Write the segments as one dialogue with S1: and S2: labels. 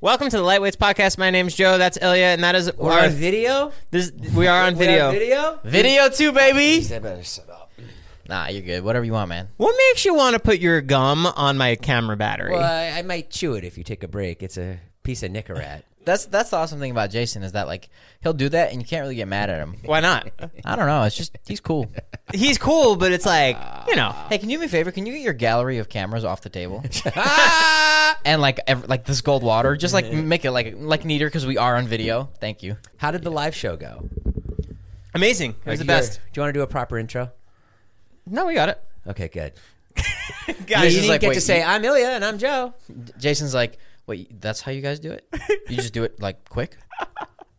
S1: Welcome to the Lightweights podcast. My name's Joe. That's Ilya, and that is
S2: We're
S1: our
S2: on video.
S1: this. We are on
S2: We
S1: video.
S2: have video.
S1: Video too, baby.
S2: They better shut up.
S3: Nah, you're good. Whatever you want, man.
S1: What makes you want to put your gum on my camera battery?
S2: Well, I, I might chew it if you take a break. It's a piece of Nicorette.
S3: That's that's the awesome thing about Jason is that like he'll do that and you can't really get mad at him.
S1: Why not?
S3: I don't know. It's just he's cool.
S1: He's cool, but it's like you know.
S3: Hey, can you do me a favor? Can you get your gallery of cameras off the table? and like ev- like this gold water, just like make it like like neater because we are on video. Thank you.
S2: How did the live show go?
S1: Amazing. It was the best.
S2: Do you want to do a proper intro?
S1: No, we got it.
S2: Okay, good.
S1: Guys,
S2: You
S3: Jason's
S2: didn't
S3: like,
S2: get
S3: wait,
S2: to say
S3: you-
S2: I'm Ilya and I'm Joe.
S3: Jason's like, wait, that's how you guys do it? You just do it like quick. It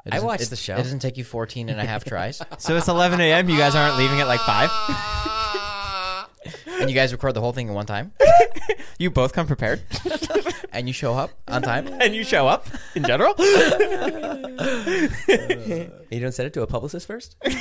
S2: I
S3: doesn't-
S2: watched
S3: it-
S2: the show.
S3: It doesn't take you 14 and a half tries,
S1: so it's 11 a.m. You guys aren't leaving at like five.
S3: and you guys record the whole thing in one time,
S1: You both come prepared,
S3: and you show up on time.
S1: and you show up in general.
S2: You don't send it to a publicist first?
S1: Guys,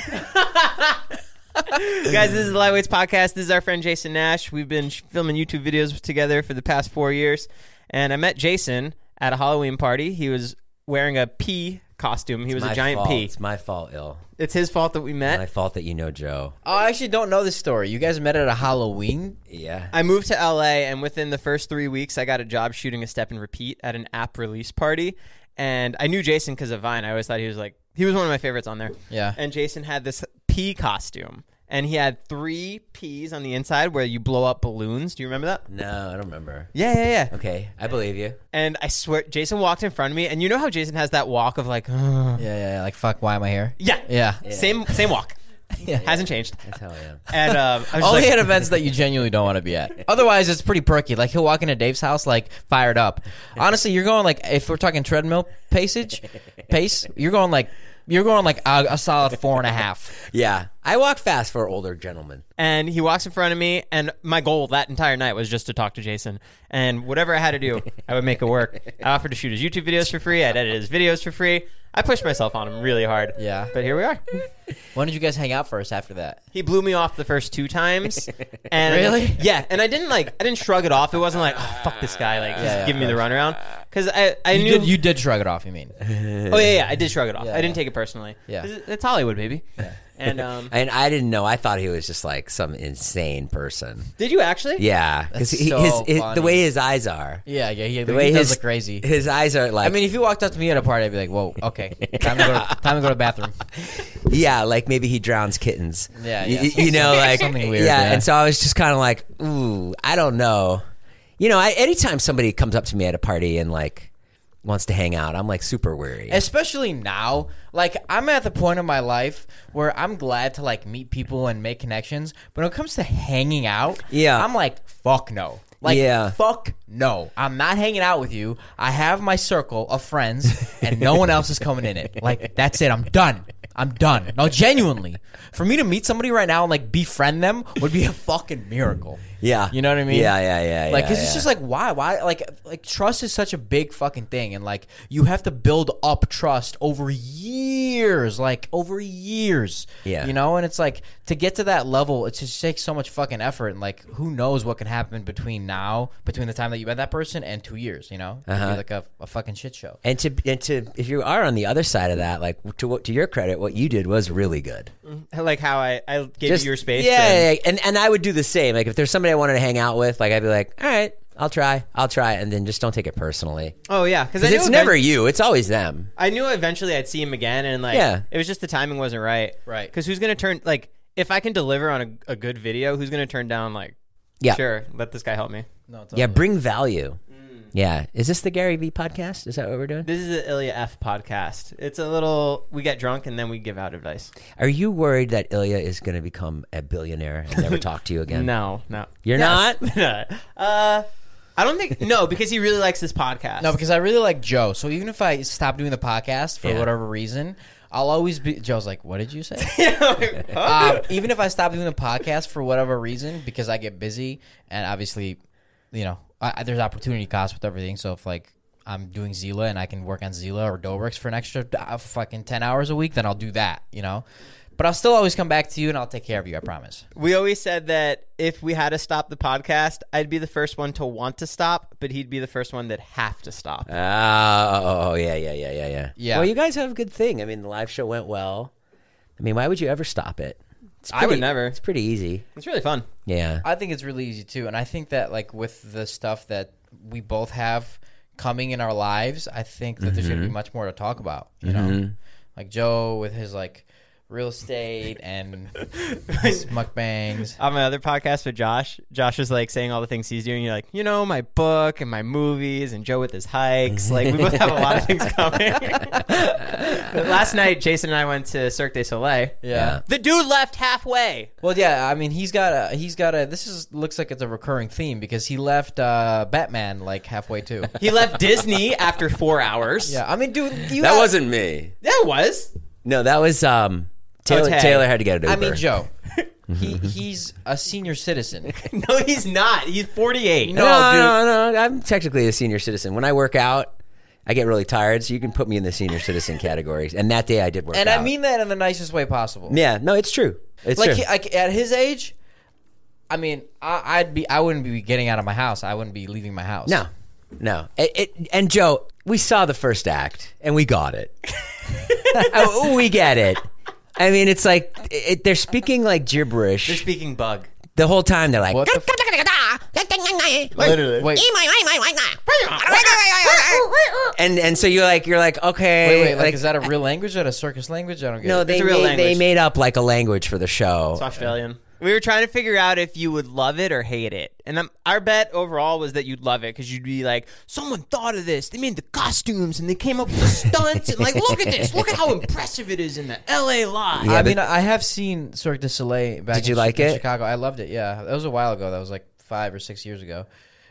S1: this is the Lightweights Podcast. This is our friend Jason Nash. We've been sh- filming YouTube videos together for the past four years. And I met Jason at a Halloween party. He was wearing a pea costume. He was a
S2: My
S1: giant
S2: fault.
S1: pea.
S2: It's my fault, Ill.
S1: It's his fault that we met.
S2: My fault that you know Joe.
S3: Oh, I actually don't know this story. You guys met at a Halloween
S2: Yeah.
S1: I moved to LA, and within the first three weeks, I got a job shooting a step and repeat at an app release party. And I knew Jason because of Vine. I always thought he was like he was one of my favorites on there.
S3: Yeah.
S1: And Jason had this pea costume, and he had three peas on the inside where you blow up balloons. Do you remember that?
S2: no, I don't remember.
S1: Yeah, yeah, yeah.
S2: Okay, I believe you.
S1: And I swear, Jason walked in front of me, and you know how Jason has that walk of like, "Ugh."
S3: Yeah, yeah, yeah, like fuck. Why am I here?
S1: yeah,
S3: yeah.
S1: same same walk, hasn't changed.
S2: That's how I am.
S1: And um, I was just
S3: Only
S1: like,
S3: at events that you genuinely don't want to be at. Otherwise, it's pretty perky. Like he'll walk into Dave's house like fired up. Honestly, you're going like if we're talking treadmill pacage, pace, you're going like you're going like a, a solid four and a half.
S2: Yeah, I walk fast for older gentlemen.
S1: and he walks in front of me, and my goal that entire night was just to talk to Jason, and whatever I had to do, I would make it work. I offered to shoot his YouTube videos for free. I'd edit his videos for free. I pushed myself on him really hard.
S3: Yeah.
S1: But here we are.
S3: When did you guys hang out first after that?
S1: He blew me off the first two times. And
S3: Really?
S1: Yeah. And I didn't like. I didn't shrug it off. It wasn't like, oh fuck this guy. Like, just
S3: yeah,
S1: give
S3: of
S1: me the runaround. Because I, I
S3: You
S1: knew
S3: did, you did shrug it off. You mean?
S1: Oh yeah, yeah, I did shrug it off. I didn't
S3: yeah.
S1: take it personally.
S3: Yeah.
S1: It's- it's Hollywood, baby. And um,
S2: And I didn't know. I thought he was just like some insane person.
S1: did you actually?
S2: Yeah, because
S3: That's
S2: his,
S3: so
S2: his-
S3: funny.
S2: the way his eyes are,
S3: Yeah, yeah, yeah.
S2: the way
S3: he does
S2: his
S3: look crazy.
S2: His eyes are like,
S3: I mean, if you walked up to me at a party, I'd be like, "Whoa, okay, time to go to, time to go to the bathroom."
S2: yeah, like maybe he drowns kittens.
S3: Yeah,
S2: Y-
S3: yeah.
S2: y- you know, like
S3: Something weird,
S2: Yeah,
S3: yeah.
S2: and so I was just kind of like, ooh, I don't know. You know, I, anytime somebody comes up to me at a party and like wants to hang out, I'm like super weary.
S3: especially now like i'm at the point of my life where i'm glad to like meet people and make connections but when it comes to hanging out
S2: Yeah.
S3: i'm like fuck no like
S2: Yeah.
S3: fuck no i'm not hanging out with you i have my circle of friends and no one else is coming in it like that's it i'm done i'm done no genuinely for me to meet somebody right now and like befriend them would be a fucking miracle
S2: yeah,
S3: you know what i mean
S2: Yeah, yeah, yeah.
S3: like,
S2: yeah,
S3: 'cause
S2: yeah.
S3: it's just like, why, why? Like, like trust is such a big fucking thing, and like, you have to build up trust over years, like over years.
S2: Yeah.
S3: you know. And it's like to get to that level, it just takes so much fucking effort, and like, who knows what can happen between now, between the time that you met that person and two years, you know? It could be
S2: Uh-huh.
S3: like a, a fucking shit show.
S2: and to and to if you are on the other side of that, like to what to your credit, what you did was really good.
S1: Like how I, I gave you your space.
S2: Yeah,
S1: and-
S2: yeah, yeah. and and I would do the same. Like if there's somebody I wanted to hang out with, like I'd be like, all right, I'll try, I'll try, and then just don't take it personally.
S1: Oh yeah, because
S2: 'Cause it's never you; it's always them.
S1: I knew eventually I'd see him again, and like,
S2: Yeah.
S1: it was just the timing wasn't right.
S3: Right.
S1: Because who's gonna turn like if I can deliver on a, a good video, who's gonna turn down like?
S2: Yeah.
S1: Sure, let this guy help me.
S3: No, it's
S2: Yeah, bring value.
S1: Mm.
S2: Yeah, is this the Gary V podcast? Is that what we're doing?
S1: This is the Ilya F podcast. It's a little we get drunk and then we give out advice.
S2: Are you worried that Ilya is going to Mm. become a billionaire and never talk to you again?
S1: No, no,
S2: You're
S1: not. uh, I don't think no, because he really likes this podcast.
S3: No, because I really like Joe. So even if I stop doing the podcast for whatever reason, I'll always be. Joe's like, "What did you say?" um, even if I stop doing the podcast for whatever reason, because I get busy and obviously, you know, I, I- there's opportunity cost with everything. So if like I'm doing Zila and I can work on Zila or Dobrix for an extra uh, fucking ten hours a week, then I'll do that. You know. But I'll still always come back to you, and I'll take care of you. I promise.
S1: we always said that if we had to stop the podcast, I'd be the first one to want to stop, but he'd be the first one that have to stop.
S2: Oh, yeah, yeah, yeah, yeah, yeah.
S3: Yeah.
S2: Well, you guys have a good thing. I mean, the live show went well. I mean, why would you ever stop it? It's
S1: I would
S2: pretty-
S1: never.
S2: It's pretty easy.
S1: It's really fun.
S2: Yeah.
S3: I think it's really easy too, and I think that like with the stuff that we both have coming in our lives, I think that there's gonna be much more to talk about. You know, like Joe with his like real estate and his mukbangs.
S1: On my other podcast with Josh, Josh is like saying all the things he's doing. You're like, you know, my book and my movies, and Joe with his hikes. Like we both have a lot of things coming. but last night, Jason and I went to Cirque du Soleil.
S3: Yeah.
S1: The dude left halfway.
S3: Well, yeah. I mean, he's got a he's got a. This is looks like it's a recurring theme because he left uh, Batman like halfway too.
S1: He left Disney after four hours.
S3: yeah. I mean, dude, you
S2: That
S3: got-
S2: wasn't me.
S1: that was.
S2: No, that was um Taylor.
S1: Tay.
S2: Taylor had to get an Uber.
S3: I mean, Joe. he he's a senior citizen.
S1: No, he's not. He's 48.
S2: No,
S3: No,
S2: no, no, I'm technically a senior citizen. When I work out, I get really tired, so you can put me in the senior citizen category. And that day, I did work
S3: And
S2: out.
S3: I mean that in the nicest way possible.
S2: yeah, no, it's true. It's
S3: like,
S2: true.
S3: he- like at his age, I mean, I, I'd be, I wouldn't be getting out of my house. I wouldn't be leaving my house.
S2: no, no. It, it, and Joe, we saw the first act, and we got it. Oh, we get it. I mean, it's like it, they're speaking like gibberish
S1: You're speaking bug.
S2: the whole time. They're like,
S3: What the f-
S1: Literally.
S3: wait,
S2: and and so you're like, you're like, okay,
S3: wait, wait, like, is that a real language? Is that a circus language? I don't get
S2: no,
S3: it.
S2: they
S1: a real
S2: made, they
S1: language.
S2: made up like a language for the show.
S1: Australian. We were trying to figure out if you would love it or hate it. And um, our bet overall was that you'd love it because you'd be like, someone thought of this. They made the costumes and they came up with the stunts. And like, look at this. Look at how impressive it is in the LA Live.
S2: Yeah,
S3: I
S2: but-
S3: mean, I have seen Cirque du Soleil back
S2: Did you
S3: in, Chi-
S2: like
S3: in
S2: it?
S3: Chicago. I loved it. Yeah. That was a while ago. That was like five or six years ago.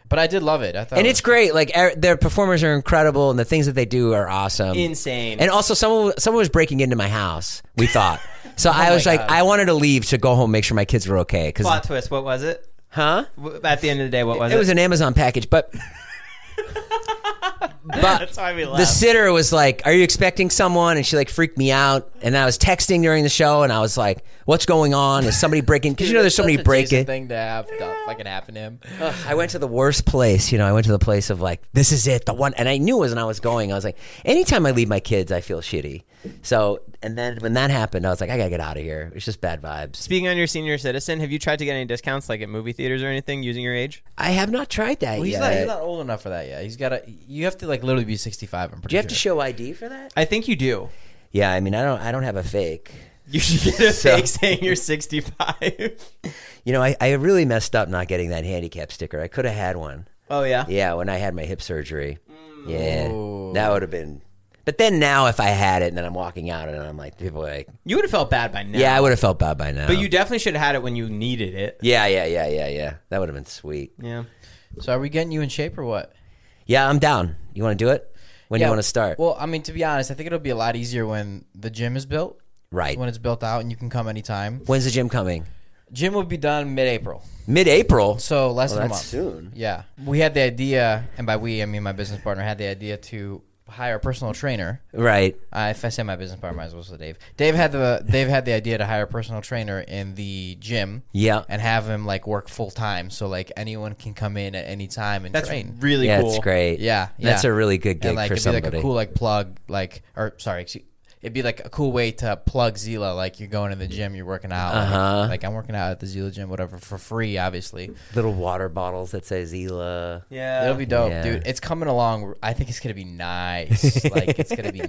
S3: But I did love it. I thought
S2: and
S3: it
S2: it's great. Like er, their performers are incredible, and the things that they do are awesome,
S1: Insane.
S2: And also, someone someone was breaking into my house. We thought.
S3: Oh
S2: So I was like, I wanted to leave to go home, make sure my kids were okay.
S1: Plot
S2: Because
S1: twist. What was it?
S2: huh?
S1: W- At the end of the day, what was it?
S2: It was an Amazon package, but. But
S1: That's why we
S2: the
S1: laughed.
S2: sitter was like, "Are you expecting someone?" And she like freaked me out. And I was texting during the show, and I was like, "What's going on? Is somebody breaking?" Because you know, there's
S3: Such
S2: somebody
S3: a Jason
S2: breaking.
S3: thing to have to fucking happen to him.
S2: I went to the worst place. You know, I went to the place of like, this is it, the one. And I knew it was when I was going. I was like, anytime I leave my kids, I feel shitty. So, and then when that happened, I was like, I gotta get out of here. It's just bad vibes.
S1: Speaking on your senior citizen, have you tried to get any discounts like at movie theaters or anything using your age?
S2: I have not tried that
S3: Well, he's
S2: yet.
S3: not he's not old enough for that yet. He's got to. You have to like literally be sixty five. I'm pretty.
S2: Do you have to
S3: sure.
S2: show ID for that?
S1: I think you do.
S2: Yeah, I mean, I don't, I don't have a fake.
S1: You should get a
S2: So-
S1: fake saying you're 65.
S2: You know, I, I really messed up not getting that handicap sticker. I could have had one.
S1: oh, yeah.
S2: Yeah, when I had my hip surgery. Yeah, that would have been. But then now, if I had it and then I'm walking out and I'm like, people are like,
S1: You would have felt bad by now.
S2: yeah, I would have felt bad by now.
S1: But you definitely should have had it when you needed it.
S2: Yeah, yeah, yeah, yeah, yeah. That would have been sweet.
S1: Yeah.
S3: So are we getting you in shape or what?
S2: Yeah, I'm down. You want to do it? When do
S3: Yeah,
S2: you want to start?
S3: Well, I mean, to be honest, I think it'll be a lot easier when the gym is built.
S2: right.
S3: When it's built out and you can come anytime.
S2: When's the gym coming?
S3: Gym will be done mid-April,
S2: Mid-April.
S3: so less
S2: Well,
S3: than a
S2: Oh, that's
S3: month.
S2: soon.
S3: Yeah, we had the idea, and by we I mean my business partner had the idea to hire a personal trainer.
S2: Right.
S3: Uh, if I say my business partner, I might as well say Dave. Dave had the Dave had the idea to hire a personal trainer in the gym.
S2: Yeah.
S3: and have him like work full time, so like anyone can come in at any time and
S1: That's
S3: train.
S1: really
S2: yeah,
S1: cool.
S2: it's great.
S3: Yeah,
S2: That's
S3: yeah.
S2: a really good gig
S3: and like
S2: for
S3: it'd
S2: somebody.
S3: be like a cool like plug like or sorry excuse, it'd be like a cool way to plug Zila like you're going to the gym you're working out
S2: Uh-huh.
S3: like, like, I'm working out at the Zila gym whatever for free obviously
S2: Little water bottles that say Zila.
S1: Yeah.
S3: it'll be dope
S2: Yeah.
S3: dude it's coming along I think it's gonna be nice like it's gonna be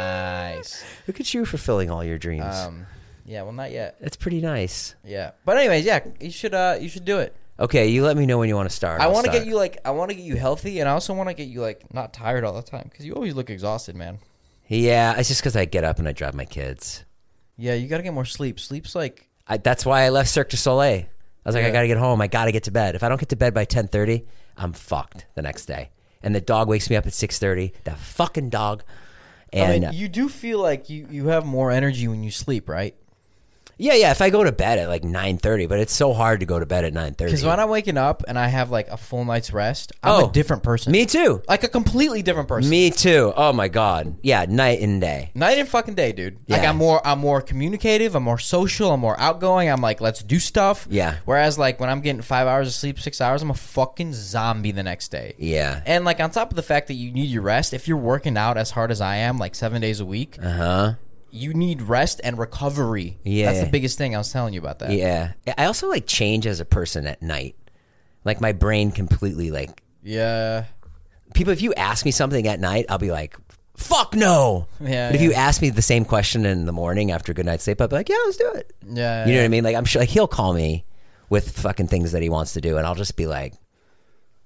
S3: nice
S2: Look at you fulfilling all your dreams.
S3: um yeah well not yet
S2: That's pretty nice.
S3: yeah but anyways yeah you should uh you should do it
S2: Okay, you let me know when you want to start.
S3: I
S2: I'll
S3: want to get
S2: start.
S3: you like I want to get you healthy and I also want to get you like not tired all the time because you always look exhausted man
S2: Yeah, it's just because I get up and I drive my kids.
S3: yeah you gotta get more sleep sleep's like
S2: I, that's why I left Cirque du Soleil. I was like, I gotta get home. I gotta get to bed. If I don't get to bed by ten thirty, I'm fucked the next day. And the dog wakes me up at six thirty. That fucking dog. And
S3: I mean,
S2: uh,
S3: you do feel like you, you have more energy when you sleep, right?
S2: yeah, yeah. If I go to bed at like nine thirty, but it's so hard to go to bed at nine thirty.
S3: Because when I'm waking up and I have like a full night's rest, I'm
S2: Oh,
S3: a different person.
S2: me too.
S3: Like a completely different person.
S2: Me too. Oh my god. Yeah, night and day.
S3: Night and fucking day, dude. Like
S2: Yeah.
S3: I'm more, I'm more communicative. I'm more social. I'm more outgoing. I'm like, let's do stuff.
S2: Yeah.
S3: Whereas like when I'm getting five hours of sleep, six hours, I'm a fucking zombie the next day.
S2: Yeah.
S3: And like on top of the fact that you need your rest, if you're working out as hard as I am, like seven days a week,
S2: Uh huh.
S3: you need rest and recovery.
S2: Yeah.
S3: That's the biggest thing I was telling you about that.
S2: Yeah. I also like change as a person at night. Like my brain completely like
S3: Yeah.
S2: people if you ask me something at night, I'll be like, fuck no.
S3: Yeah,
S2: but if
S3: yeah.
S2: you ask me the same question in the morning after a good night's sleep, I'll be like, yeah, let's do it.
S3: Yeah,
S2: You know
S3: yeah.
S2: what I mean? Like I'm sure like he'll call me with fucking things that he wants to do and I'll just be like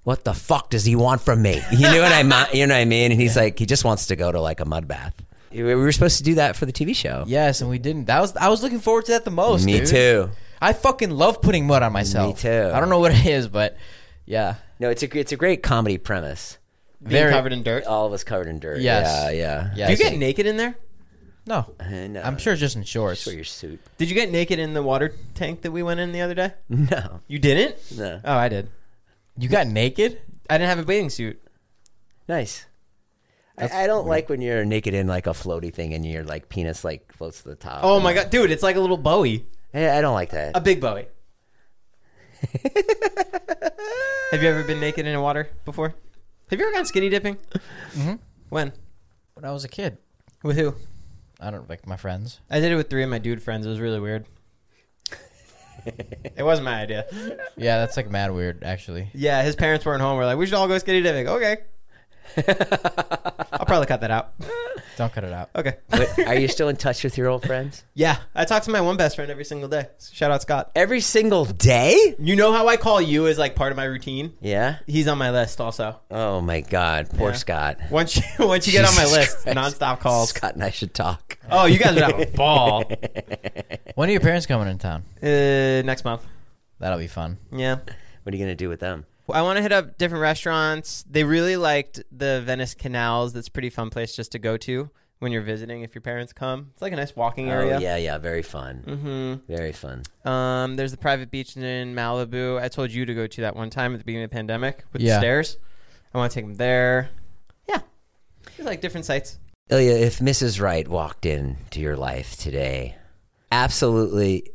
S2: what the fuck does he want from me? You know what I mi- you know what I mean? And he's like, he just wants to go to like a mud bath. We were supposed to do that for the TV show.
S3: Yes, and we didn't. That was I was looking forward to that the most.
S2: Me
S3: dude.
S2: too.
S3: I fucking love putting mud on myself.
S2: too.
S3: I don't know what it is, but yeah.
S2: No, it's a it's a great comedy premise.
S1: Being
S3: Very-
S1: covered in dirt.
S2: All of us covered in dirt.
S3: Yes.
S2: Yeah, yeah.
S3: Yeah.
S1: Do you
S3: I
S1: get
S3: see.
S1: naked in there?
S3: No.
S2: And, uh,
S3: I'm sure just in shorts.
S2: for your suit.
S1: Did you get naked in the water tank that we went in the other day?
S2: No.
S1: You didn't?
S2: No.
S1: Oh, I did.
S3: You got naked?
S1: I didn't have a bathing suit.
S2: Nice. I, I don't like when you're naked in like a floaty thing and your like penis like floats to the top.
S1: Oh my god, dude, it's like a little Bowie,
S2: I, I don't like that.
S1: a big Bowie. have you ever been naked in the water before? Have you ever gone skinny dipping?
S2: Mm-hmm.
S1: When?
S3: When I was a kid.
S1: With who?
S3: I don't like my friends.
S1: I did it with three of my dude friends. It was really weird. it wasn't my idea.
S3: Yeah, that's like mad weird actually.
S1: Yeah, his parents weren't home. We're like, we should all go skinny dipping. Okay. I'll probably cut that out.
S3: Don't cut it out.
S1: Okay.
S2: But are you still in touch with your old friends?
S1: Yeah, I talk to my one best friend every single day. Shout out Scott.
S2: Every single day?
S1: You know how I call you as like part of my routine?
S2: Yeah.
S1: He's on my list also.
S2: Oh my god, poor
S1: Yeah.
S2: Scott.
S1: Once you once you get on my
S2: Jesus
S1: list,
S2: Christ.
S1: nonstop calls.
S2: Scott and I should talk.
S1: Oh, you guys would have a ball.
S3: When are your parents coming in town?
S1: Uh, next month.
S3: That'll be fun.
S1: Yeah.
S2: What are you gonna do with them?
S1: I want to hit up different restaurants. They really liked the Venice Canals. That's a pretty fun place just to go to when you're visiting if your parents come. It's like a nice walking area.
S2: Oh yeah, yeah, very fun. Mm-hmm. Very fun.
S1: Um, there's the private beach in Malibu. I told you to go to that one time at the beginning of the pandemic with
S3: Yeah.
S1: the stairs. I want to take them there. Yeah. There's like different sites.
S2: Ilya, if Mrs. Wright walked into your life today, absolutely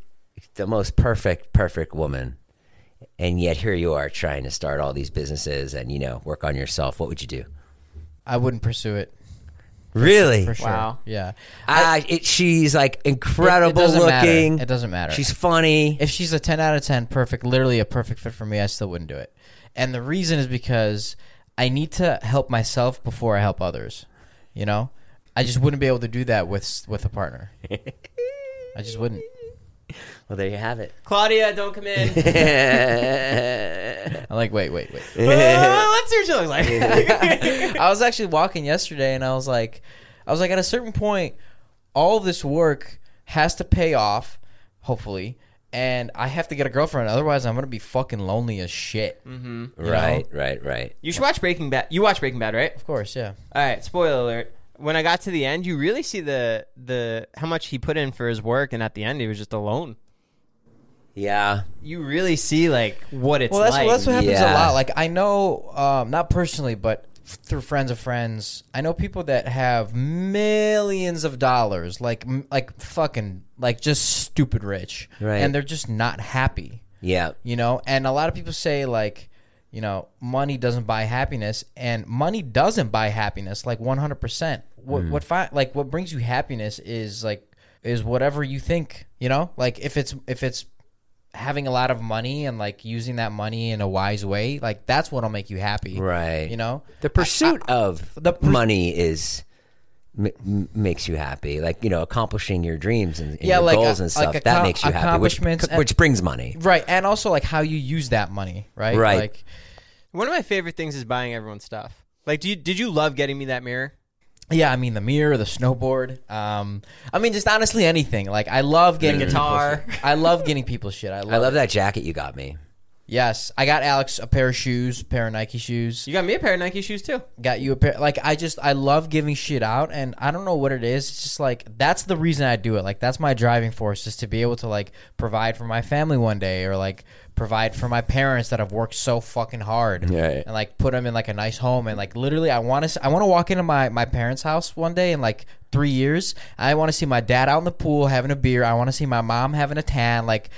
S2: the most perfect, perfect woman, and yet here you are trying to start all these businesses and, you know, work on yourself, what would you do?
S3: I wouldn't pursue it.
S2: Really?
S3: For sure.
S1: Wow.
S3: Yeah.
S2: I, it, she's like incredible
S3: doesn't matter.
S2: looking.
S3: It doesn't matter.
S2: She's funny.
S3: if she's a 10 out of 10 perfect literally a perfect fit for me i still wouldn't do it and the reason is because i need to help myself before i help others you know i just wouldn't be able to do that with with a partner i just wouldn't
S2: Well, there you have it.
S1: Claudia, don't come in.
S3: i'm like wait wait wait
S1: Uh, let's see what she looks like.
S3: i was actually walking yesterday and i was like i was like at a certain point all this work has to pay off hopefully and i have to get a girlfriend otherwise i'm gonna be fucking lonely as shit mm-hmm.
S2: Right, right, right.
S1: you should watch Breaking Bad. You watch Breaking Bad, right?
S3: of course yeah
S1: All right, spoiler alert. When I got to the end, you really see the the how much he put in for his work, and at the end, he was just alone.
S2: Yeah.
S1: You really see like what it's
S3: Well, that's,
S1: like.
S3: well, that's what happens
S2: Yeah.
S3: a lot. Like I know, um, not personally, but f- through friends of friends, I know people that have millions of dollars, like m- like fucking like just stupid rich,
S2: Right.
S3: And they're just not happy,
S2: Yeah.
S3: you know. And a lot of people say like, you know, money doesn't buy happiness, and money doesn't buy happiness, like one hundred percent. What
S2: Mm.
S3: what fi- like what brings you happiness is like is whatever you think, you know. Like if it's if it's having a lot of money and like using that money in a wise way, like that's what'll make you happy.
S2: Right.
S3: You know?
S2: The pursuit of
S3: the pers-
S2: money is m- m- makes you happy. Like you know, accomplishing your dreams and, and
S3: Yeah,
S2: your
S3: like,
S2: goals
S3: uh,
S2: and stuff
S3: like
S2: that
S3: accom-
S2: makes you happy, which
S3: accomplishments and-
S2: which brings money.
S3: Right. And also like how you use that money, right?
S2: Right.
S3: Like
S1: One of my favorite things is buying everyone stuff. Like, do you did you love getting me that mirror?
S3: Yeah, I mean the mirror, the snowboard. Um, I mean just honestly anything. Like I love getting
S4: guitar.
S3: people shit. I love getting people shit. I love,
S2: I love that jacket you got me.
S3: Yes, I got Alex a pair of shoes, a pair of Nike shoes.
S4: You got me a pair of Nike shoes too.
S3: Got you a pair. Like I just I love giving shit out, and I don't know what it is. It's just like that's the reason I do it. Like that's my driving force is to be able to like provide for my family one day, or like provide for my parents that have worked so fucking hard,
S2: Yeah, yeah.
S3: and like put them in like a nice home, and like literally I want to I want to walk into my my parents' house one day and like. Three years. I want to see my dad out in the pool having a beer. I want to see my mom having a tan. Like,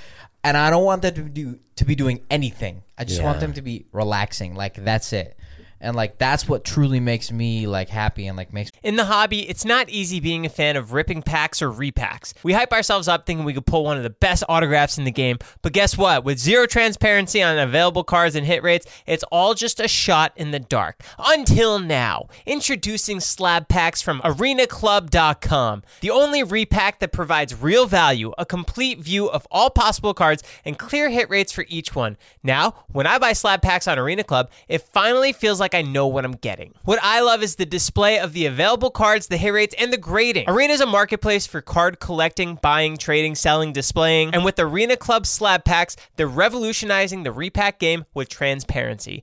S3: and I don't want them to do to be doing anything. I just want
S2: Yeah.
S3: them to be relaxing. Like that's it. And like that's what truly makes me like happy and like makes
S1: In the hobby, it's not easy being a fan of ripping packs or repacks. We hype ourselves up thinking we could pull one of the best autographs in the game, but guess what? With zero transparency on available cards and hit rates, it's all just a shot in the dark. Until now, introducing slab packs from arenaclub.com, the only repack that provides real value, a complete view of all possible cards, and clear hit rates for each one. Now, when I buy slab packs on Arena Club, it finally feels like I know what I'm getting. What I love is the display of the available cards, the hit rates, and the grading. Arena is a marketplace for card collecting, buying, trading, selling, displaying, and with Arena Club slab packs, they're revolutionizing the repack game with transparency.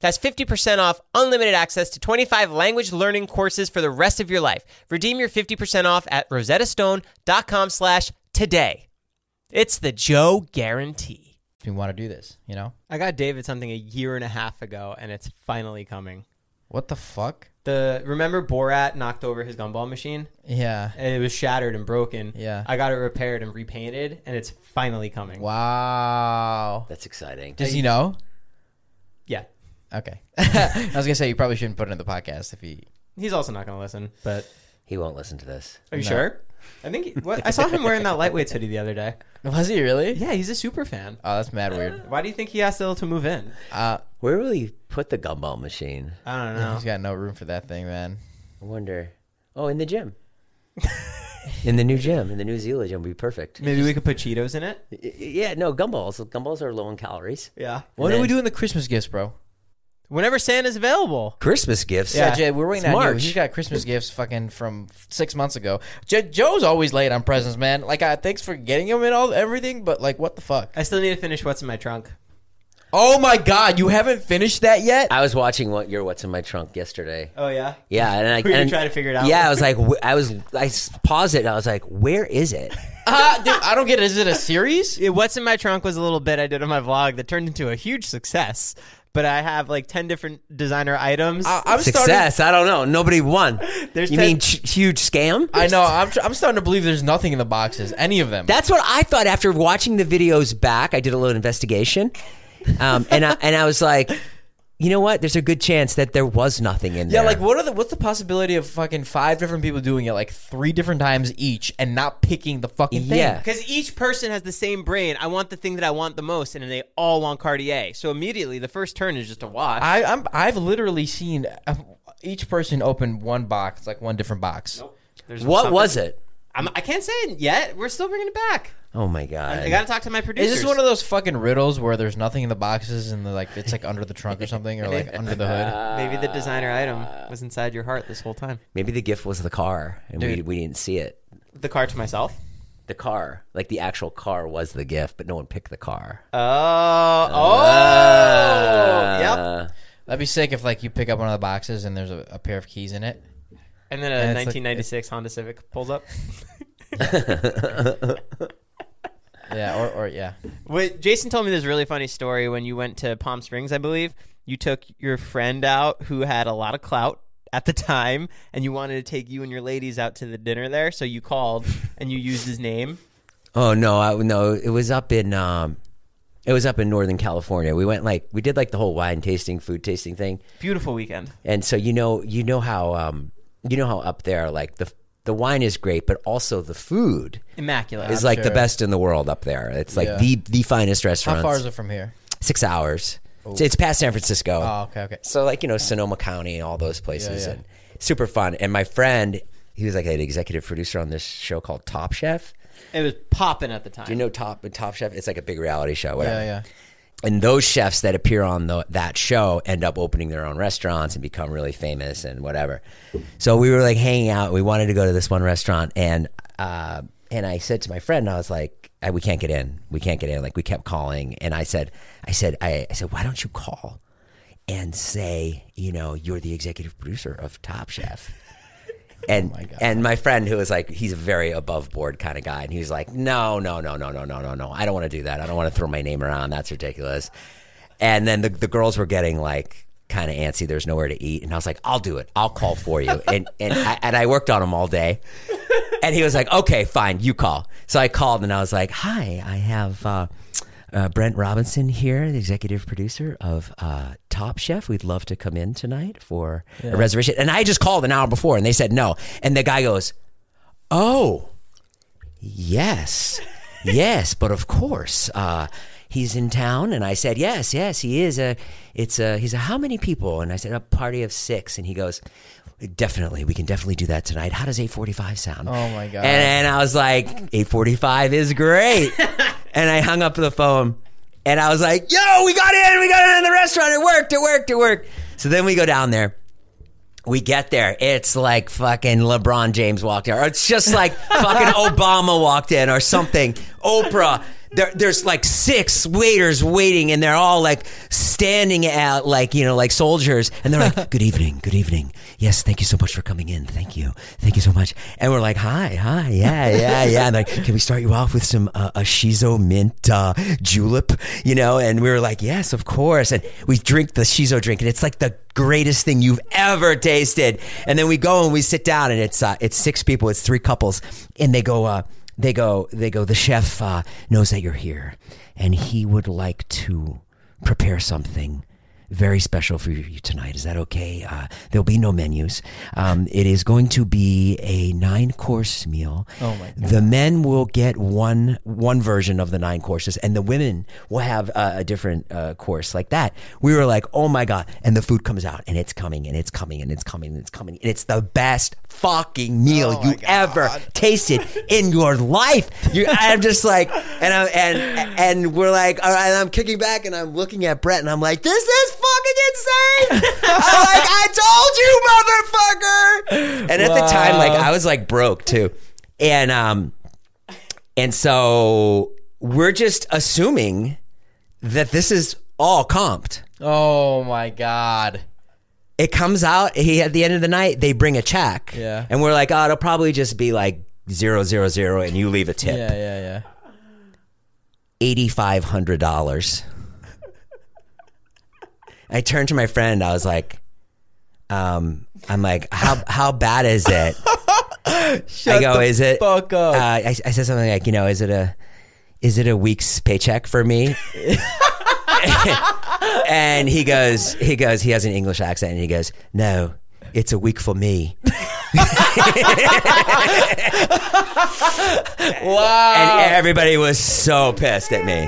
S1: That's 50% off unlimited access to 25 language learning courses for the rest of your life. Redeem your 50% off at rosettastone.com slash today. It's the Joe guarantee.
S3: me want to do this, you know?
S4: I got David something a year and a half ago, and it's finally coming.
S3: What the fuck?
S4: The remember Borat knocked over his gumball machine
S3: Yeah.
S4: and it was shattered and broken.
S3: Yeah.
S4: I got it repaired and repainted, and it's finally coming.
S3: Wow.
S2: That's exciting.
S3: Does he know?
S4: Yeah,
S3: Okay. I was gonna say you probably shouldn't put it in the podcast if he
S4: he's also not gonna listen. But
S2: He won't listen to this.
S4: are you
S3: No.
S4: sure? I think he, what, I saw him wearing that lightweight hoodie the other day.
S3: Was he really?
S4: Yeah, he's a super fan.
S3: Oh, that's mad weird.
S4: Why do you think he asked Lil to move in?
S3: Uh
S2: Where will he put the gumball machine?
S4: I don't know.
S3: he's got no room for that thing, man.
S2: I wonder. Oh, in the gym. in the new gym, in the New Zealand gym, would be perfect.
S4: Maybe we could put Cheetos in it.
S2: Y- y- Yeah, no gumballs. Gumballs are low in calories.
S4: Yeah.
S3: What do
S2: then-
S3: we do in the Christmas gifts, bro?
S4: Whenever Santa's available.
S2: Christmas gifts.
S3: Yeah, Jay, we're waiting
S2: It's
S3: on you.
S2: March.
S3: He's got Christmas gifts fucking from six months ago. Jo- Joe's always late on presents, man. Like, I thanks for getting him and all everything, but like, what the fuck?
S4: I still need to finish what's in my trunk.
S3: Oh my god, you haven't finished that yet?
S2: I was watching what your what's in my trunk yesterday.
S4: Oh yeah.
S2: Yeah, and I
S4: Were you
S2: and-
S4: trying to figure it out?
S2: Yeah, I was like, wh- I was, I s- paused it. and I was like, where is it?
S3: Uh, dude, I don't get it. Is it a series?
S4: Yeah, What's in my trunk was a little bit I did on my vlog that turned into a huge success. But I have like ten different designer items.
S3: I, I'm starting.
S2: Success. I don't know. Nobody won.
S4: There's
S2: you
S4: ten-
S2: mean ch- huge scam?
S3: I know. I'm. Tr- I'm starting to believe there's nothing in the boxes. Any of them.
S2: That's what I thought after watching the videos back. I did a little investigation, um, and I, and I was like, you know what? There's a good chance that there was nothing in
S3: Yeah,
S2: there.
S3: like what are the what's the possibility of fucking five different people doing it like three different times each and not picking the fucking thing?
S2: Yeah.
S1: Because each person has the same brain. I want the thing that I want the most, and then they all want Cartier. So immediately, the first turn is just a wash.
S3: I, I'm I've literally seen uh, each person open one box, like one different box.
S1: There's
S2: what
S1: something-
S2: was it?
S1: I'm, I can't say it yet. We're still bringing it back.
S2: Oh my god!
S1: I gotta talk to my producers.
S3: Is this one of those fucking riddles where there's nothing in the boxes and they're like it's like under the trunk or something or like under the hood?
S1: Maybe the designer item was inside your heart this whole time.
S2: Maybe the gift was the car, and we,
S3: Dude.
S2: we didn't see it.
S1: The car to myself.
S2: The car, like the actual car, was the gift, but no one picked the car.
S1: Oh, oh,
S3: Ah.
S1: yep.
S2: Uh,
S3: That'd be sick if like you pick up one of the boxes and there's a, a pair of keys in it.
S1: And then a
S3: it's like-
S1: 1996 Honda Civic pulls up.
S3: Yeah, or, or yeah.
S1: Wait, Jason told me this really funny story when you went to Palm Springs, I believe. You took your friend out who had a lot of clout at the time, and you wanted to take you and your ladies out to the dinner there. So you called and you used his name.
S2: Oh no, I, no, it was up in um, it was up in Northern California. We went like we did like the whole wine tasting, food tasting thing,
S1: Beautiful weekend.
S2: and so you know, you know how um, you know how up there like the the wine is great, but also the food
S1: Immaculate.
S2: is like the
S3: sure.
S2: best in the world up there. It's like
S3: Yeah.
S2: the the finest
S3: How
S2: restaurants.
S3: far is it from here?
S2: Six hours. It's, it's past San Francisco.
S3: Oh, okay, okay.
S2: So like you know Sonoma County, all those places,
S3: yeah.
S2: and super fun. And my friend, he was like an executive producer on this show called Top Chef.
S1: it was popping at the time.
S2: You know Top Top Chef? It's like a big reality show. Whatever.
S3: Yeah, yeah.
S2: And those chefs that appear on the, that show end up opening their own restaurants and become really famous and whatever. So we were like hanging out. We wanted to go to this one restaurant, and uh, and I said to my friend, I was like, "Uh, "We can't get in. We can't get in." Like we kept calling, and I said, "I said, I, I said, why don't you call?" and say, you know, you're the executive producer of Top Chef. And and my friend who was like he's a very above board kind of guy and he was like no no no no no no no no I don't want to do that I don't want to throw my name around that's ridiculous and then the, the girls were getting like kind of antsy there's nowhere to eat and I was like I'll do it I'll call for you and and I, and I worked on them all day and he was like, "Okay, fine, you call." So I called and I was like, "Hi, I have uh, uh, Brent Robinson here, the executive producer of uh, Top Chef. We'd love to come in tonight for a reservation." And I just called an hour before, and they said no. And the guy goes, "Oh, yes, yes, but of course." Uh, He's in town, and I said, "Yes, yes, he is a. It's a. He's a. How many people?" And I said, "A party of six. And he goes, "Definitely, we can definitely do that tonight. How does eight forty-five sound?"
S3: Oh, my God.
S2: And and I was like, 845 is great. and I hung up the phone and I was like, yo, we got in, we got in the restaurant. It worked, it worked, it worked. So then we go down there. We get there. It's like fucking LeBron James walked in, or it's just like fucking Obama walked in, or something. Oprah. There, there's like six waiters waiting, and they're all like standing out, like you know, like soldiers. And they're like, "Good evening, good evening. Yes, thank you so much for coming in. Thank you, thank you so much." And we're like, "Hi, hi, yeah, yeah, yeah." And like, can we start you off with some uh, a shiso mint uh, julep? You know? And we were like, "Yes, of course." And we drink the shiso drink, and it's like the greatest thing you've ever tasted. And then we go and we sit down, and it's uh, it's six people, it's three couples, and they go, uh, they go, they go. The chef uh, knows that you're here, and he would like to prepare something very special for you tonight. Is that okay? Uh, there'll be no menus. Um, it is going to be a nine course meal. Oh my The men will get one one version of the nine courses, and the women will have uh, a different uh, course like that. We were like, oh my god! And the food comes out, and it's coming, and it's coming, and it's coming, and it's coming, and it's the best fucking meal you ever tasted in your life. You, I'm just like, and I'm and and we're like, all right, I'm kicking back, and I'm looking at Brett, and I'm like, this is fucking insane. I'm like, I told you, motherfucker. And at the time, like, I was like broke too, and um, and so we're just assuming that this is all comped
S3: Oh my god.
S2: it comes out he at the end of the night they bring a check
S3: Yeah.
S2: and we're like oh it'll probably just be like zero zero zero and you leave a tip
S3: Yeah, yeah, yeah.
S2: $8500 i turned to my friend i was like um, i'm like how, how bad is it i go is it
S3: fuck up.
S2: Uh, I, I said something like you know is it a is it a week's paycheck for me and he goes, he goes, he has an English accent, and he goes, no, it's a week for me.
S3: Wow.
S2: And everybody was so pissed at me.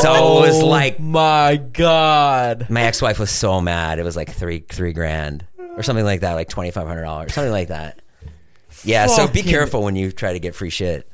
S2: So
S3: Oh,
S2: it was like
S3: my God.
S2: my ex-wife was so mad. It was like three three grand or something like that, like twenty five hundred dollars, something like that. Yeah. So be
S3: Fucking-
S2: careful when you try to get free shit.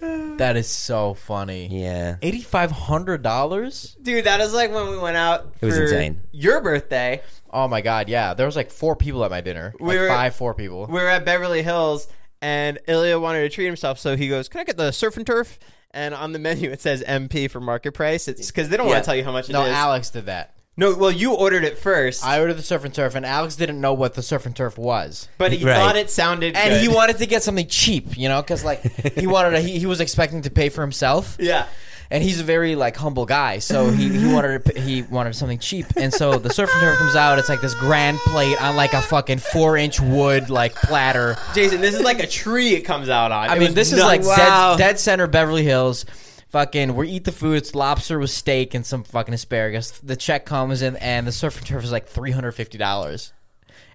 S3: That is so funny.
S2: Yeah.
S3: Eighty five hundred dollars?
S1: Dude, that is like when we went out.
S2: It was
S1: for
S2: insane.
S1: Your birthday.
S3: Oh my god, yeah. There was like four people at my dinner.
S1: We
S3: like
S1: were-
S3: five, four people.
S1: We were at Beverly Hills, and Ilya wanted to treat himself, so he goes, "Can I get the surf and turf?" And on the menu it says MP for market price. It's because they don't want to tell you how much it is.
S3: no, Alex did that.
S1: No, well, you ordered it first,
S3: I ordered the surf and turf, and Alex didn't know what the surf and turf was.
S1: but he
S2: Right.
S1: thought it sounded
S3: and
S1: good.
S3: he wanted to get something cheap, you know, because like he wanted, to, he, he was expecting to pay for himself.
S1: Yeah.
S3: and he's a very like humble guy, so he, he wanted to, p- he wanted something cheap, and so the surf and turf comes out. It's like this grand plate on like a fucking four inch wood like platter.
S1: Jason, this is like a tree it comes out on.
S3: I
S1: It
S3: mean,
S1: was
S3: this is
S1: nuts.
S3: like
S2: Wow.
S3: dead, dead center Beverly Hills. Fucking, we eat the food. It's lobster with steak and some fucking asparagus. The check comes in, and the surf and turf is like three hundred fifty dollars,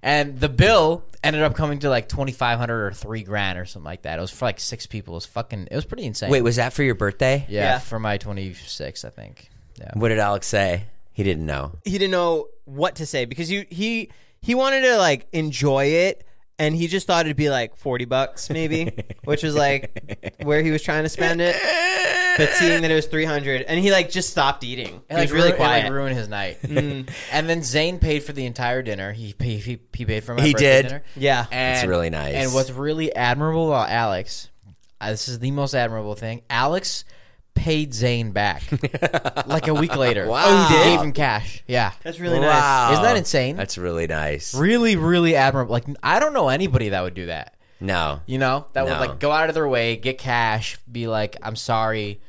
S3: and the bill ended up coming to like twenty five hundred or three grand or something like that. It was for like six people. It was fucking. It was pretty insane.
S2: Wait, was that for your birthday?
S3: yeah,
S1: Yeah.
S3: for my twenty six, I think. Yeah,
S2: What did Alex say? He didn't know.
S1: he didn't know what to say because you he he wanted to like enjoy it and he just thought it'd be like 40 bucks maybe which was like where he was trying to spend it but seeing that it was 300 and he like just stopped eating he was really
S3: ruined- it, like,
S1: quiet
S3: ruined his night. And then Zane paid for the entire dinner. He he, he, he paid for my
S2: He
S3: birthday
S2: did.
S3: dinner.
S1: yeah
S3: And,
S2: That's really nice.
S3: And what's really admirable about Alex, uh, this is the most admirable thing. Alex paid Zane back like a week later.
S2: Wow. Oh, he did?
S3: Gave him cash. Yeah.
S1: that's really
S2: Wow.
S1: nice
S3: Isn't that insane?
S2: That's really nice.
S3: really, really admirable. Like I don't know anybody that would do that.
S2: No.
S3: You know, that would
S2: No.
S3: like go out of their way, get cash, be like, "I'm sorry."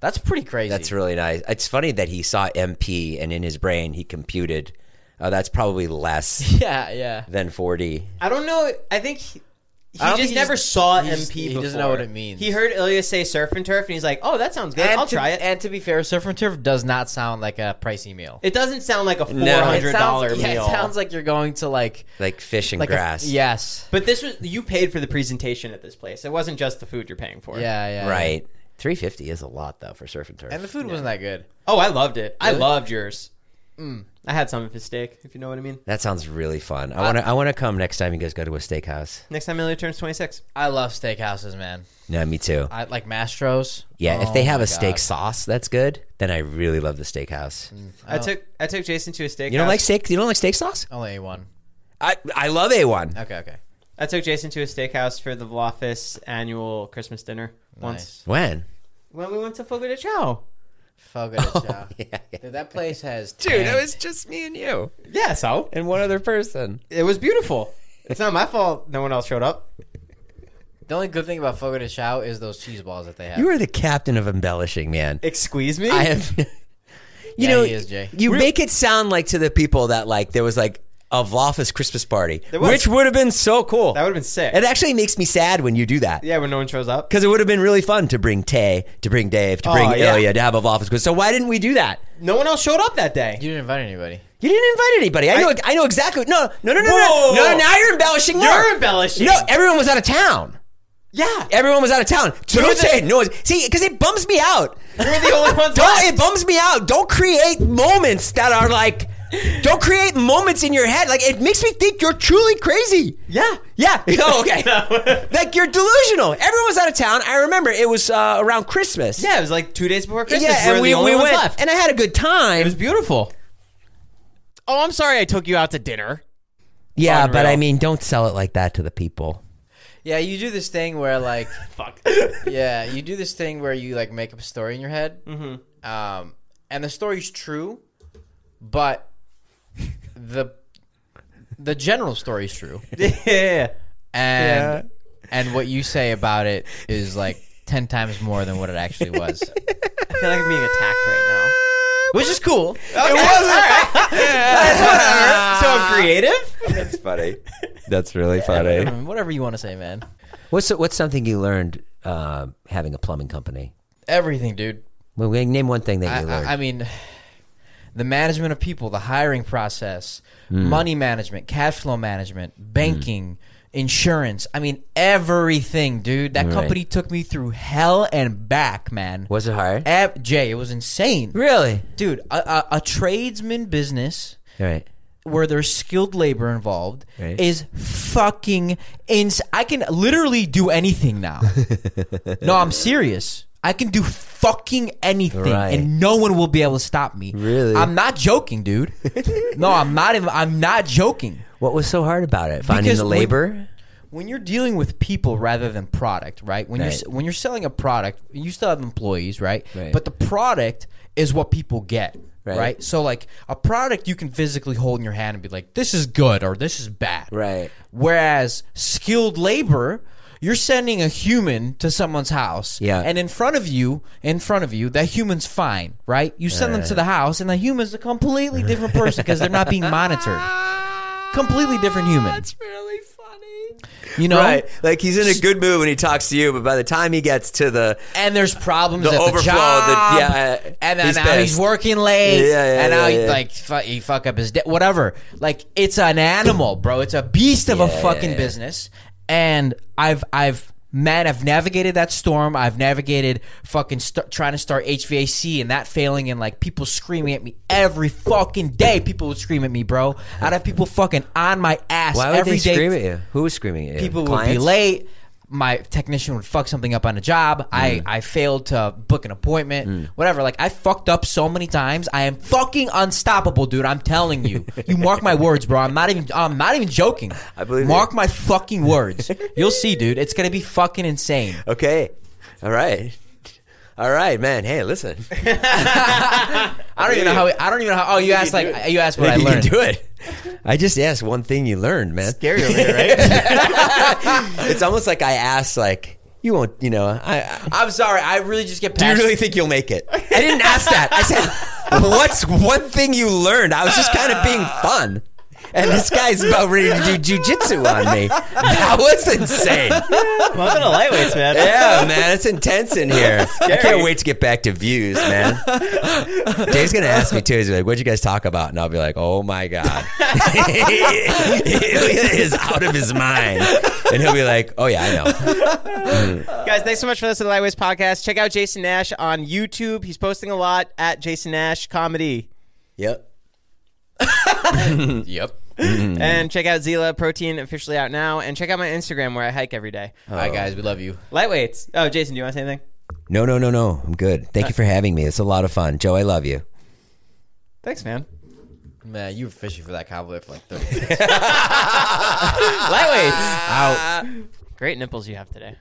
S3: That's pretty crazy.
S2: That's really nice. It's funny that he saw MP and in his brain he computed, oh, that's probably less
S3: yeah, yeah.
S2: than 40.
S1: i don't know i think he, he
S3: don't
S1: just
S3: think he
S1: never
S3: just-
S1: saw
S3: he
S1: mp
S3: just- he
S1: before.
S3: doesn't know what it means.
S1: he heard ilya say surf and turf and he's like oh that sounds good
S3: And
S1: i'll
S3: to-
S1: try it
S3: And to be fair, surf and turf does not sound like a pricey meal.
S1: it doesn't sound like a $400
S3: It sounds,
S1: meal
S3: yeah, it sounds like you're going to like
S2: Like fish and
S3: like a-
S2: grass.
S3: yes.
S1: but this was you paid for the presentation at this place it wasn't just the food you're paying for
S3: Yeah, yeah.
S2: Right. 350 is a lot, though, for surf and turf.
S3: And the food wasn't that good.
S1: Oh, I loved it. I loved yours.
S3: Mm.
S1: I had some of his steak, if you know what I mean.
S2: that sounds really fun. I want to I wanna come next time you guys go to a steakhouse.
S1: Next time Ilya turns 26.
S3: I love steakhouses, man.
S2: No, me too.
S3: I like Mastro's.
S2: Yeah, if they
S3: Oh
S2: have
S3: my
S2: a steak
S3: God.
S2: sauce that's good, then I really love the steakhouse.
S3: Oh.
S1: I took I took Jason to a steakhouse.
S2: You don't like steak? You don't like steak sauce?
S3: only ate one.
S2: I, I love A1.
S3: Okay, okay.
S1: I took Jason to a steakhouse for the Vlafis annual Christmas dinner once.
S2: When?
S1: When we went to Fogo de Chao.
S3: Fogo
S2: Oh,
S3: de Chao. Dude, that place has
S2: Dude, it
S3: tanked.
S2: was just me and you
S1: Yeah, so
S2: and one other person.
S1: it was beautiful. It's not my fault no one else showed up.
S3: the only good thing about Fogo de Chao is those cheese balls that they have.
S2: You are the captain of embellishing, man.
S1: Excuse me?
S2: I have. You
S3: Yeah,
S2: know,
S3: he is, Jay.
S2: you make it sound like to the people that like there was like a Vlafis Christmas party,
S1: was.
S2: which would have been so cool.
S1: that would have been sick.
S2: it actually makes me sad when you do that.
S1: yeah, when no one shows up.
S2: Because it would have been really fun to bring Tay, to bring Dave, to bring
S1: yeah.
S2: Ilya, to have a Vlafis Christmas. So why didn't we do that?
S1: No one else showed up that day.
S3: You didn't invite anybody.
S2: You didn't invite anybody. I know. I, know exactly. No, no, no, no, no,
S1: Whoa.
S2: no. Now you're embellishing. more.
S1: You're embellishing.
S2: No, everyone was out of town.
S1: yeah.
S2: Everyone was out of town. So
S1: were
S2: don't
S1: the-
S2: say no. See, because it bums me out.
S1: We're the only ones
S2: Don't,
S1: left.
S2: it bums me out. Don't create moments that are like, don't create moments in your head. Like, it makes me think you're truly crazy.
S1: Yeah.
S2: Yeah. Oh, okay. like, you're delusional. Everyone was out of town. I remember it was uh, around Christmas.
S1: Yeah, it was like two days before Christmas.
S2: Yeah,
S1: We're
S2: and
S1: the
S2: we,
S1: only
S2: we
S1: ones
S2: went,
S1: left.
S2: and I had a good time.
S1: It was beautiful.
S5: Oh, I'm sorry I took you out to dinner.
S2: yeah, but
S5: unreal.
S2: I mean, don't sell it like that to the people.
S3: Yeah, you do this thing where like
S1: Fuck.
S3: yeah, you do this thing where you like make up a story in your head, um, and the story's true, but the the general story's true,
S1: yeah.
S3: and and what you say about it is like ten times more than what it actually was,
S1: I feel like I'm being attacked right
S3: which is cool.
S1: now. It was alright. That's whatever. So creative.
S2: That's funny. That's really funny.
S3: Whatever you want to say, man.
S2: What's what's something you learned uh, having a plumbing company?
S3: Everything, dude.
S2: Well, name one thing that
S3: I,
S2: you learned.
S3: I, I mean, the management of people, the hiring process,
S2: Hmm.
S3: money management, cash flow management, banking, insurance. I mean, everything, dude. That company took me through hell and back, man.
S2: Was it hard?
S3: Ev- Jay, it was insane.
S2: Really?
S3: Dude, a, a, a tradesman business
S2: All right.
S3: where there's skilled labor involved
S2: Right.
S3: is fucking ins. I can literally do anything now. no, I'm serious. I can do fucking anything,
S2: Right.
S3: and no one will be able to stop me.
S2: Really?
S3: I'm not joking, dude. no, I'm not. Even, I'm not joking.
S2: What was so hard about it? Finding
S3: Because
S2: the
S3: when-
S2: labor.
S3: When you're dealing with people rather than product, right? When
S2: Right.
S3: you're when you're selling a product, you still have employees, right?
S2: Right.
S3: But the product is what people get,
S2: Right.
S3: right. So like a product you can physically hold in your hand and be like, "This is good" or "This is bad."
S2: Right.
S3: Whereas skilled labor, you're sending a human to someone's house,
S2: Yeah.
S3: and in front of you, in front of you, that human's fine, right? You send them to the house, and the human's a completely different person because they're not being monitored. Completely different human. That's really funny. You know,
S2: Right. Like he's in a good mood when he talks to you, but by the time he gets to the
S3: and there's problems
S2: The
S3: at
S2: overflow, the-
S3: the job.
S2: yeah, uh,
S3: and then
S2: he's
S3: now
S2: pissed.
S3: he's working late.
S2: Yeah, yeah,
S3: and now
S2: yeah,
S3: he
S2: yeah.
S3: like fu- he fuck up his day. Whatever. Like it's an animal, bro. It's a beast of a fucking business. And I've I've man, I've navigated that storm. I've navigated fucking st- trying to start HVAC and that failing, and like people screaming at me every fucking day. People would scream at me, bro. I'd have people fucking on my ass
S2: why would
S3: every
S2: they
S3: day
S2: scream at you? Who was screaming at you?
S3: people would be
S2: Clients?
S3: late. My technician would fuck something up on a job.
S2: Mm.
S3: I, I failed to book an appointment. Whatever. Like I fucked up so many times. I am fucking unstoppable, dude. I'm telling you. you mark my words, bro. I'm not even I'm not even joking. I
S2: believe
S3: Mark
S2: you.
S3: my fucking words. You'll see, dude. It's gonna be fucking insane.
S2: Okay. All right. All right, man. Hey, listen.
S3: I don't even know how I don't even know how oh you asked like you asked what I
S2: you
S3: learned.
S2: can do it. I just asked one thing you learned, man.
S1: Gary over here, right?
S2: It's almost like I asked, like you won't, you know. I, I
S3: I'm sorry, I really just get
S2: do you
S3: passionate.
S2: really think you'll make it? I didn't ask that. I said, what's one thing you learned? I was just kind of being fun. And this guy's about ready to do jujitsu on me. That was insane.
S1: Welcome to lightweights, man.
S2: Yeah, man, it's intense in here. I can't wait to get back to views, man. Dave's gonna ask me too. He's like, "What'd you guys talk about?" And I'll be like, "Oh my god, he is out of his mind." And he'll be like, "Oh yeah, I know."
S1: Guys, thanks so much for listening to the Lightweights podcast. Check out Jason Nash on YouTube. He's posting a lot at Jason Nash Comedy.
S2: Yep.
S3: Yep.
S1: And check out Zila Protein, officially out now. And check out my Instagram where I hike every day.
S3: All
S2: Oh.
S3: right, guys, we love you.
S1: Lightweights. Oh, Jason, do you want to say anything?
S2: No, no, no, no. I'm good. Thank you for having me. It's a lot of fun, Joe. I love you.
S1: Thanks, man.
S3: Man, you were fishing for that cowboy for like 30 minutes.
S1: Lightweights.
S3: Out.
S1: Ah. Great nipples you have today.